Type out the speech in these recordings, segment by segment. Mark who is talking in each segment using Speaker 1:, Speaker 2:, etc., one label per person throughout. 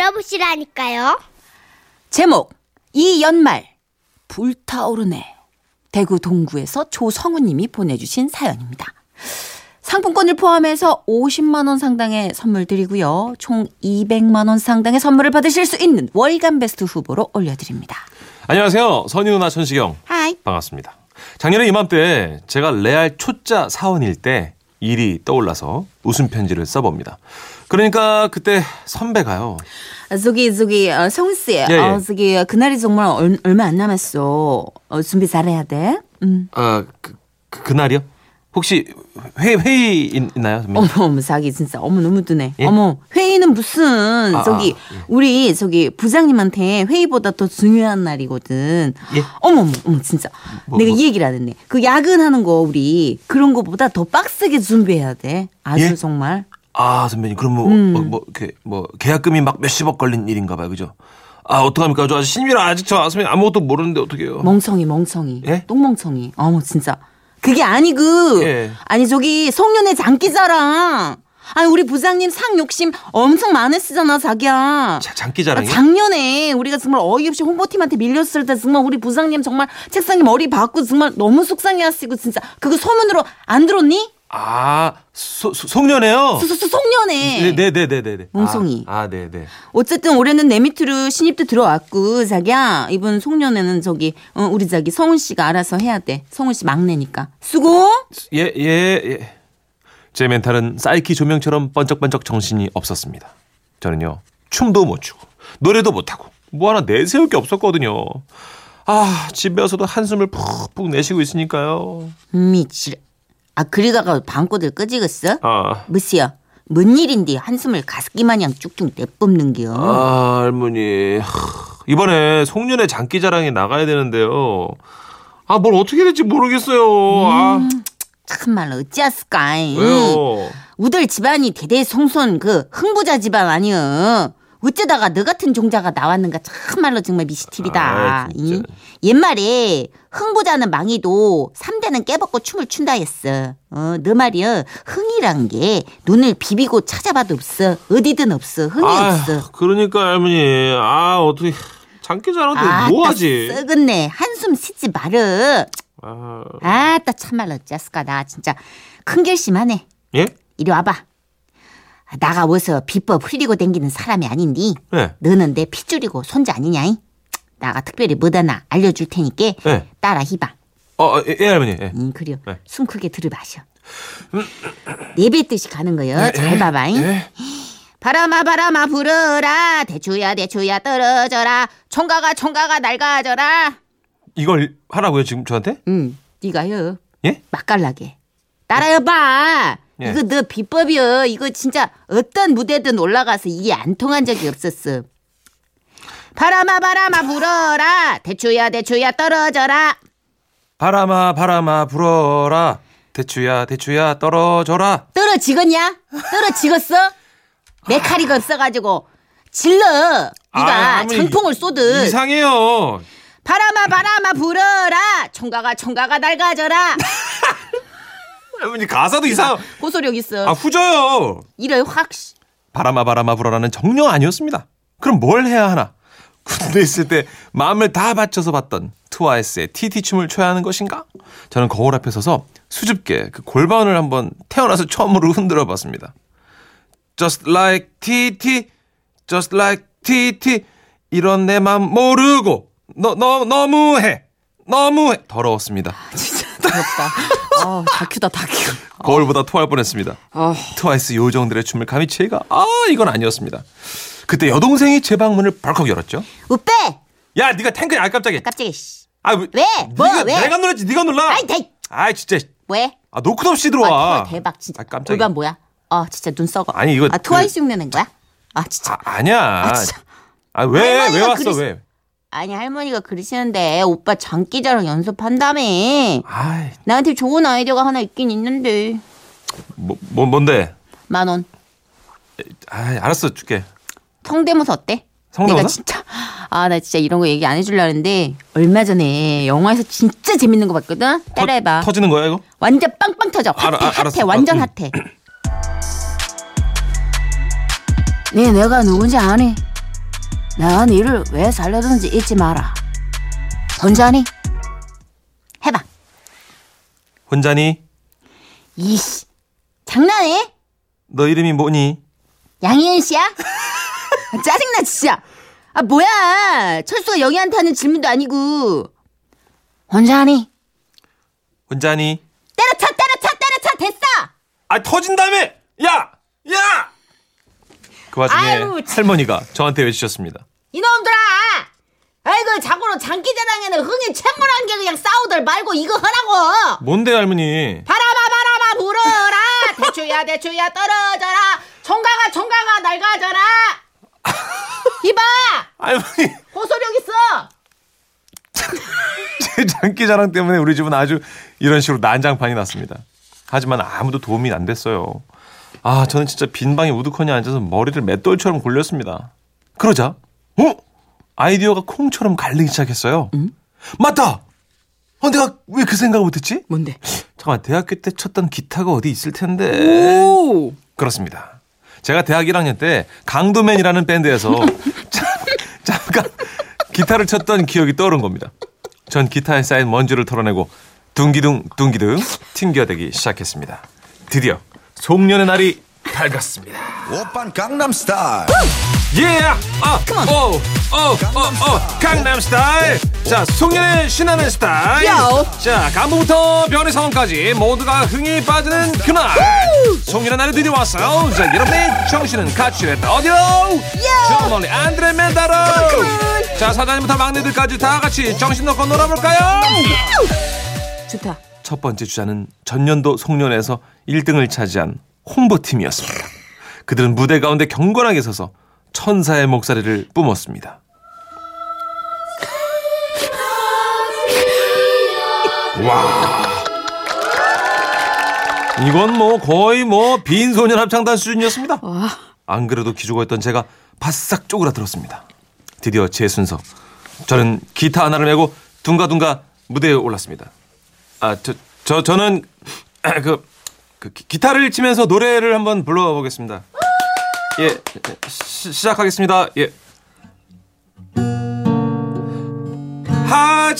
Speaker 1: 만나보시라니까요.
Speaker 2: 제목 이 연말 불타오르네 대구 동구에서 조성우님이 보내주신 사연입니다. 상품권을 포함해서 50만 원 상당의 선물 드리고요. 총 200만 원 상당의 선물을 받으실 수 있는 월간 베스트 후보로 올려드립니다.
Speaker 3: 안녕하세요. 선희 누나 천시경.
Speaker 2: 하이.
Speaker 3: 반갑습니다. 작년에 이맘때 제가 레알 초짜 사원일 때 일이 떠올라서 웃음 편지를 써봅니다. 그러니까 그때 선배가요.
Speaker 2: 저기 저기 어, 성우 씨,
Speaker 3: 예.
Speaker 2: 어, 저기 어, 그날이 정말 얼, 얼마 안 남았어. 어, 준비 잘해야 돼. 음.
Speaker 3: 아, 그, 그, 그날이요? 혹시 회, 회의 있- 있나요? 선배님?
Speaker 2: 어머 어머 자기 진짜 어머 너무 뜨네.
Speaker 3: 네. 예?
Speaker 2: 어머 회의는 무슨
Speaker 3: 아,
Speaker 2: 저기
Speaker 3: 아,
Speaker 2: 우리 저기 부장님한테 회의보다 더 중요한 날이거든.
Speaker 3: 예?
Speaker 2: 어머 어머 어머 진짜
Speaker 3: 뭐,
Speaker 2: 내가
Speaker 3: 뭐.
Speaker 2: 이 얘기를 안 했네. 그 야근하는 거 우리 그런 거보다 더 빡세게 준비해야 돼. 아주
Speaker 3: 예?
Speaker 2: 정말.
Speaker 3: 아 선배님 그럼 뭐,
Speaker 2: 음.
Speaker 3: 뭐, 뭐 이렇게 뭐 계약금이 막 몇십억 걸린 일인가 봐요 그죠 아 어떡합니까 저 아직 신입이라 아직 저 선배님 아무것도 모르는데 어떡해요
Speaker 2: 멍청이 멍청이
Speaker 3: 예?
Speaker 2: 똥멍청이 어머 진짜 그게 아니고
Speaker 3: 예.
Speaker 2: 아니 저기 송년회 장기자랑 아니 우리 부장님 상 욕심 엄청 많으시잖아 자기야
Speaker 3: 자, 장기자랑이
Speaker 2: 아, 작년에 우리가 정말 어이없이 홍보팀한테 밀렸을 때 정말 우리 부장님 정말 책상에 머리 박고 정말 너무 속상해하시고 진짜 그거 소문으로 안 들었니?
Speaker 3: 아 소, 소, 송년회요
Speaker 2: 수- 수- 송년회
Speaker 3: 어. 네, 네네네네네
Speaker 2: 멍청이.
Speaker 3: 아, 아 네네
Speaker 2: 어쨌든 올해는 내 밑으로 신입도 들어왔고 자기야 이번 송년회는 저기 어, 우리 자기 성훈 씨가 알아서 해야 돼 성훈 씨 막내니까 수고
Speaker 3: 예예예 제 멘탈은 사이키 조명처럼 번쩍번쩍 정신이 없었습니다 저는요 춤도 못 추고 노래도 못하고 뭐 하나 내세울 게 없었거든요 아 집에서도 한숨을 푹푹 내쉬고 있으니까요
Speaker 2: 미칠 아 그리다가 방꼬들 끄지겠어
Speaker 3: 아
Speaker 2: 무시야 뭔 일인데 한숨을 가습기 마냥 쭉쭉 내뿜는 겨
Speaker 3: 아, 할머니. 하, 이번에 송년회 장기자랑에 나가야 되는데요. 아, 뭘 어떻게 될지 모르겠어요. 아,
Speaker 2: 음. 참말로 어찌했을까
Speaker 3: 왜요?
Speaker 2: 우들 집안이 대대손손 그 흥부자 집안 아니여. 어쩌다가 너 같은 종자가 나왔는가 참말로 정말 미시티비다.
Speaker 3: 아, 진짜.
Speaker 2: 이? 옛말에 흥부자는 망해도 삼대는 깨벗고 춤을 춘다 했어. 어, 너 말이여 흥이란 게 눈을 비비고 찾아봐도 없어. 어디든 없어. 흥이 없어.
Speaker 3: 아, 그러니까 할머니. 아, 어떻게. 장기자랑도 뭐
Speaker 2: 아따,
Speaker 3: 하지?
Speaker 2: 썩었네. 한숨 쉬지 말어.
Speaker 3: 아,
Speaker 2: 아따 참말로 어쩌스까 나 진짜 큰 결심하네.
Speaker 3: 예?
Speaker 2: 이리 와봐. 나가 어서 비법 흘리고 댕기는 사람이 아닌디.
Speaker 3: 네.
Speaker 2: 너는 내 핏줄이고 손자 아니냐이? 나가 특별히 뭐다나 알려줄 테니께
Speaker 3: 네.
Speaker 2: 따라 희봐.
Speaker 3: 어, 예, 예, 할머니. 예.
Speaker 2: 응, 그려.
Speaker 3: 네.
Speaker 2: 숨 크게 들이마셔. 내뱉듯이 가는
Speaker 3: 네,
Speaker 2: 거여. 잘 봐봐잉.
Speaker 3: 예?
Speaker 2: 바람아 바람아 불어라. 대추야 대추야 떨어져라. 총각아 총각아 낡아져라.
Speaker 3: 이걸 하라고요, 지금 저한테?
Speaker 2: 응, 네가요.
Speaker 3: 예?
Speaker 2: 맛깔나게. 따라해봐.
Speaker 3: 예.
Speaker 2: 이거 너 비법이여. 이거 진짜 어떤 무대든 올라가서 이게 안 통한 적이 없었어. 바람아 바람아 불어라. 대추야 대추야 떨어져라.
Speaker 3: 바람아, 바람아, 불어라. 대추야, 대추야, 떨어져라.
Speaker 2: 떨어지겠냐? 떨어지겠어? 메카리가 없어가지고 질러.
Speaker 3: 아,
Speaker 2: 네가
Speaker 3: 할머니,
Speaker 2: 장풍을 쏘듯.
Speaker 3: 이상해요.
Speaker 2: 바람아 바람아 불어라. 총각아 총각아 낡아져라.
Speaker 3: 할머니, 가사도 이상.
Speaker 2: 고소력 있어.
Speaker 3: 아, 후져요.
Speaker 2: 이래 확. 씨.
Speaker 3: 바람아 바람아 불어라는 정령 아니었습니다. 그럼 뭘 해야 하나? 군대 있을 때 마음을 다 바쳐서 봤던 트와이스의 TT 춤을 춰야 하는 것인가? 저는 거울 앞에 서서 수줍게 그 골반을 한번 태어나서 처음으로 흔들어 봤습니다. Just like TT, just like TT 이런 내 맘 모르고 너, 너, 너무해, 너무해 더러웠습니다.
Speaker 2: 부럽다. 아 다큐다 다큐.
Speaker 3: 거울보다 토할 뻔했습니다. 트와이스 요정들의 춤을 감히 제가 아 이건 아니었습니다. 그때 여동생이 제 방문을 벌컥 열었죠.
Speaker 2: 우빼
Speaker 3: 야 네가 탱크야 아, 깜짝이야.
Speaker 2: 깜짝이야. 씨.
Speaker 3: 아
Speaker 2: 왜? 뭐,
Speaker 3: 네가,
Speaker 2: 왜?
Speaker 3: 내가 놀랐지 네가 놀라.
Speaker 2: 아이, 데이.
Speaker 3: 아이, 진짜.
Speaker 2: 왜?
Speaker 3: 아 노크도 없이
Speaker 2: 아,
Speaker 3: 어. 들어와.
Speaker 2: 털 대박 진짜.
Speaker 3: 아, 깜짝이야.
Speaker 2: 골반 뭐야? 아 진짜 눈 썩어.
Speaker 3: 아니, 이거
Speaker 2: 아
Speaker 3: 그-
Speaker 2: 트와이스 흉내낸 거야? 아 진짜.
Speaker 3: 아, 아니야.
Speaker 2: 아, 진짜.
Speaker 3: 아 왜 왜
Speaker 2: 할머니가
Speaker 3: 왔어
Speaker 2: 그랬어.
Speaker 3: 왜?
Speaker 2: 아니 할머니가 그러시는데 오빠 장기자랑 연습한다며.
Speaker 3: 아이
Speaker 2: 나한테 좋은 아이디어가 하나 있긴 있는데
Speaker 3: 뭐, 뭐 뭔데?
Speaker 2: 만 원.
Speaker 3: 아 알았어 줄게.
Speaker 2: 성대모사 어때?
Speaker 3: 성대모사?
Speaker 2: 내가 진짜 아 나 진짜 이런 거 얘기 안 해주려 하는데 얼마 전에 영화에서 진짜 재밌는 거 봤거든.
Speaker 3: 터-
Speaker 2: 따라해봐.
Speaker 3: 터지는 거야 이거?
Speaker 2: 완전 빵빵 터져. 핫해,
Speaker 3: 알아- 아,
Speaker 2: 핫해,
Speaker 3: 알았어.
Speaker 2: 완전
Speaker 3: 어, 음.
Speaker 2: 핫해. 네, 내가 누군지 아네. 난 이를 왜 살려든지 잊지 마라. 혼자니? 해봐.
Speaker 3: 혼자니?
Speaker 2: 이씨. 장난해?
Speaker 3: 너 이름이 뭐니?
Speaker 2: 양희은 씨야? 아, 짜증나 진짜. 아 뭐야? 철수가 영희한테 하는 질문도 아니고. 혼자니?
Speaker 3: 혼자니?
Speaker 2: 때려쳐 때려쳐 때려쳐 됐어.
Speaker 3: 아 터진다며! 야! 야! 그 와중에
Speaker 2: 아유, 참.
Speaker 3: 할머니가 저한테 외치셨습니다.
Speaker 2: 이놈들아! 아이고 자고로 장기자랑에는 흥이 최고란 게 그냥 싸우들 말고 이거 하라고!
Speaker 3: 뭔데 할머니?
Speaker 2: 바라봐 바라봐 불어라! 대추야 대추야 떨어져라! 총각아 총각아 낡아져라! 이봐!
Speaker 3: 할머니
Speaker 2: 고소력 있어!
Speaker 3: 제 장기자랑 때문에 우리 집은 아주 이런 식으로 난장판이 났습니다. 하지만 아무도 도움이 안 됐어요. 아, 저는 진짜 빈방에 우두커니 앉아서 머리를 맷돌처럼 굴렸습니다. 그러자, 어? 아이디어가 콩처럼 갈리기 시작했어요. 맞다! 아, 내가 왜 그 생각을 못했지?
Speaker 2: 뭔데?
Speaker 3: 잠깐만, 대학교 때 쳤던 기타가 어디 있을 텐데.
Speaker 2: 오!
Speaker 3: 그렇습니다. 제가 대학 1학년 때 강도맨이라는 밴드에서 자- 잠깐 기타를 쳤던 기억이 떠오른 겁니다. 전 기타에 쌓인 먼지를 털어내고 둥기둥 둥기둥 튕겨대기 시작했습니다. 드디어 송년의 날이 밝았습니다.
Speaker 1: 오빤 강남스타일
Speaker 3: 예! 아! 오! 오! 오! 오! 어, 강남스타일! 자, 송년의 신나는 스타일!
Speaker 2: 야오.
Speaker 3: 자, 간부부터 변의 성까지 모두가 흥이 빠지는 그날! 송년의 날이 드디어 왔어요! 자, 여러분의 정신은 가출에 어디로? 저 멀리 안드레 멘다로! 자, 사장님부터 막내들까지 다 같이 정신 놓고 놀아볼까요?
Speaker 2: 좋다.
Speaker 3: 첫 번째 주자는 전년도 송년회에서 1등을 차지한 홍보팀이었습니다. 그들은 무대 가운데 경건하게 서서 천사의 목소리를 뿜었습니다. 와. 이건 뭐 거의 뭐 빈소년 합창단 수준이었습니다. 안 그래도 기죽어했던 제가 바싹 쪼그라들었습니다. 드디어 제 순서. 저는 기타 하나를 메고 둥가둥가 무대에 올랐습니다. 아, 저, 저, 저는 그, 그 기- 기타를 치면서 노래를 한번 불러보겠습니다. 예, 시, 시작하겠습니다. 예.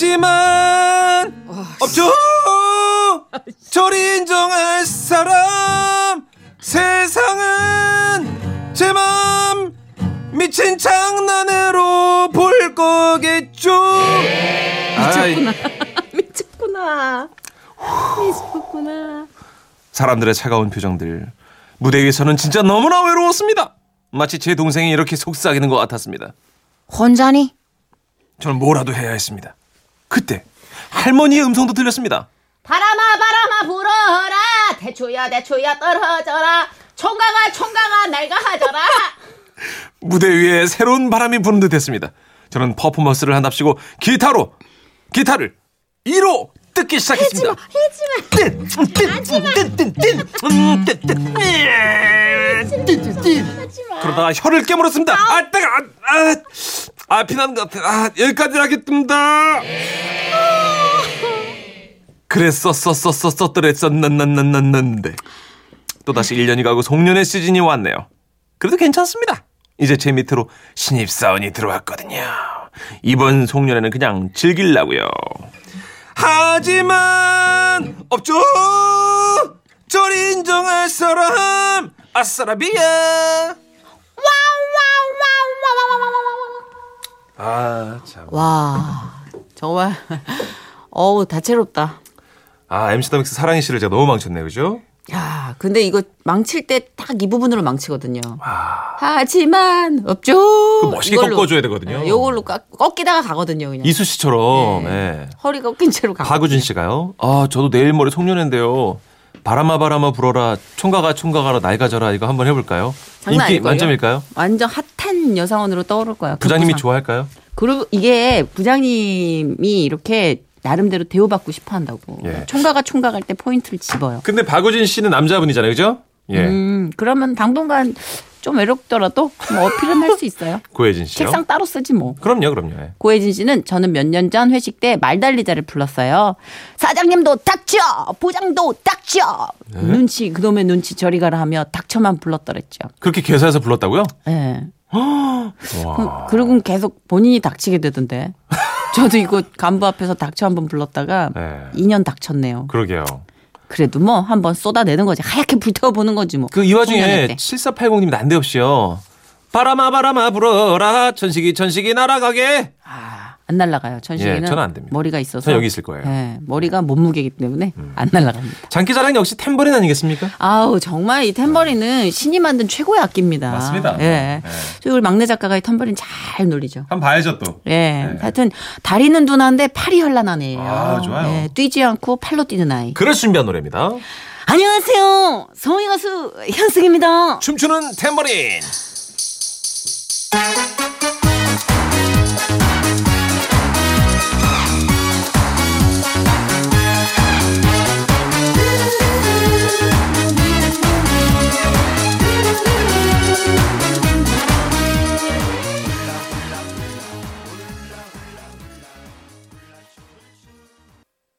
Speaker 3: 하지만 없죠 저리 인정할 사람 세상은 제 맘 미친 장난으로 볼 거겠죠 미쳤구나
Speaker 2: 미쳤구나. 미쳤구나.
Speaker 3: 사람들의 차가운 표정들. 무대 위에서는 진짜 너무나 외로웠습니다. 마치 제 동생이 이렇게 속삭이는 것 같았습니다.
Speaker 2: 혼자니?
Speaker 3: 저는 뭐라도 해야 했습니다. 그때 할머니의 음성도 들렸습니다.
Speaker 4: 바람아 바람아 불어라 대추야 대추야 떨어져라 총각아 총각아 날가하져라
Speaker 3: 무대 위에 새로운 바람이 부는 듯 했습니다. 저는 퍼포먼스를 한답시고 기타로 기타를 2로 뜯기 시작했습니다. 예. 그러다가 혀를 깨물었습니다. 아, 따가, 아, 아, 아, 피난 것 같아. 아, 여기까지 하겠습니다. 그랬었었었었었더랬었는데 또다시 1년이 가고 송년회 시즌이 왔네요. 그래도 괜찮습니다. 이제 제 밑으로 신입사원이 들어왔거든요. 이번 송년회는 그냥 즐기려고요. 하지만 없죠. 절 인정할 사람 아싸라비야. 아 참.
Speaker 2: 와, 정말. 어우, 다채롭다.
Speaker 3: 아 MC 더믹스 사랑의 씨를 제가 너무 망쳤네요, 그죠?
Speaker 2: 야, 근데 이거 망칠 때 딱 이 부분으로 망치거든요. 하지만 없죠.
Speaker 3: 멋있게
Speaker 2: 이걸로.
Speaker 3: 꺾어줘야 되거든요.
Speaker 2: 네, 요걸로 깎, 꺾이다가 가거든요. 그냥 네.
Speaker 3: 이수 씨처럼. 예.
Speaker 2: 허리 꺾인 채로 가.
Speaker 3: 박우진 씨가요. 아, 저도 내일 모레 송년회인데요. 바람아 바람아 불어라 총각아 총각아라 날가져라 이거 한번 해볼까요?
Speaker 2: 장난
Speaker 3: 인기
Speaker 2: 아닐걸요?
Speaker 3: 만점일까요?
Speaker 2: 완전 핫한 여성원으로 떠오를 거야.
Speaker 3: 부장님이
Speaker 2: 그 부상.
Speaker 3: 좋아할까요?
Speaker 2: 그리고 이게 부장님이 이렇게 나름대로 대우받고 싶어 한다고.
Speaker 3: 예.
Speaker 2: 총각아 총각할 때 포인트를 집어요.
Speaker 3: 근데 박우진 씨는 남자분이잖아요, 그죠? 예,
Speaker 2: 음, 그러면 당분간 좀 외롭더라도 뭐 어필은 할 수 있어요.
Speaker 3: 고혜진 씨요.
Speaker 2: 책상 따로 쓰지 뭐.
Speaker 3: 그럼요, 그럼요. 예.
Speaker 2: 고혜진 씨는 저는 몇 년 전 회식 때 말달리자를 불렀어요. 사장님도 닥쳐! 부장도 닥쳐!
Speaker 3: 네.
Speaker 2: 눈치, 그놈의 눈치 저리 가라 하며 닥쳐만 불렀더랬죠.
Speaker 3: 그렇게 개사해서 불렀다고요?
Speaker 2: 예. 그, 러고 계속 본인이 닥치게 되던데. 저도 이거 간부 앞에서 닥쳐 한번 불렀다가
Speaker 3: 네.
Speaker 2: 2년 닥쳤네요.
Speaker 3: 그러게요.
Speaker 2: 그래도 뭐 한번 쏟아내는 거지. 하얗게 불태워보는 거지 뭐.
Speaker 3: 그 이
Speaker 2: 송년회 때.
Speaker 3: 와중에 7480님 난데없이요. 바람아 바람아 불어라 천식이 천식이 날아가게.
Speaker 2: 아, 안 날라가요. 전식이는
Speaker 3: 예, 저는 안 됩니다.
Speaker 2: 머리가 있어서
Speaker 3: 저는 여기 있을 거예요. 음.
Speaker 2: 예, 머리가 몸무게이기 때문에 안 날라갑니다.
Speaker 3: 장기자랑 역시 탬버린 아니겠습니까?
Speaker 2: 아우 정말 이 탬버린은 신이 만든 최고의 악기입니다.
Speaker 3: 음. 맞습니다.
Speaker 2: 예.
Speaker 3: 예.
Speaker 2: 저 우리 막내 작가가 이 탬버린 잘 놀리죠.
Speaker 3: 한번 봐야죠 또.
Speaker 2: 예. 하여튼 다리는 둔한데 팔이 현란한 애예요.
Speaker 3: 네. 아, 좋아요.
Speaker 2: 예, 뛰지 않고 팔로 뛰는 아이.
Speaker 3: 그럴 준비한 노래입니다.
Speaker 2: 안녕하세요. 성의 가수 현승입니다.
Speaker 3: 춤추는 탬버린.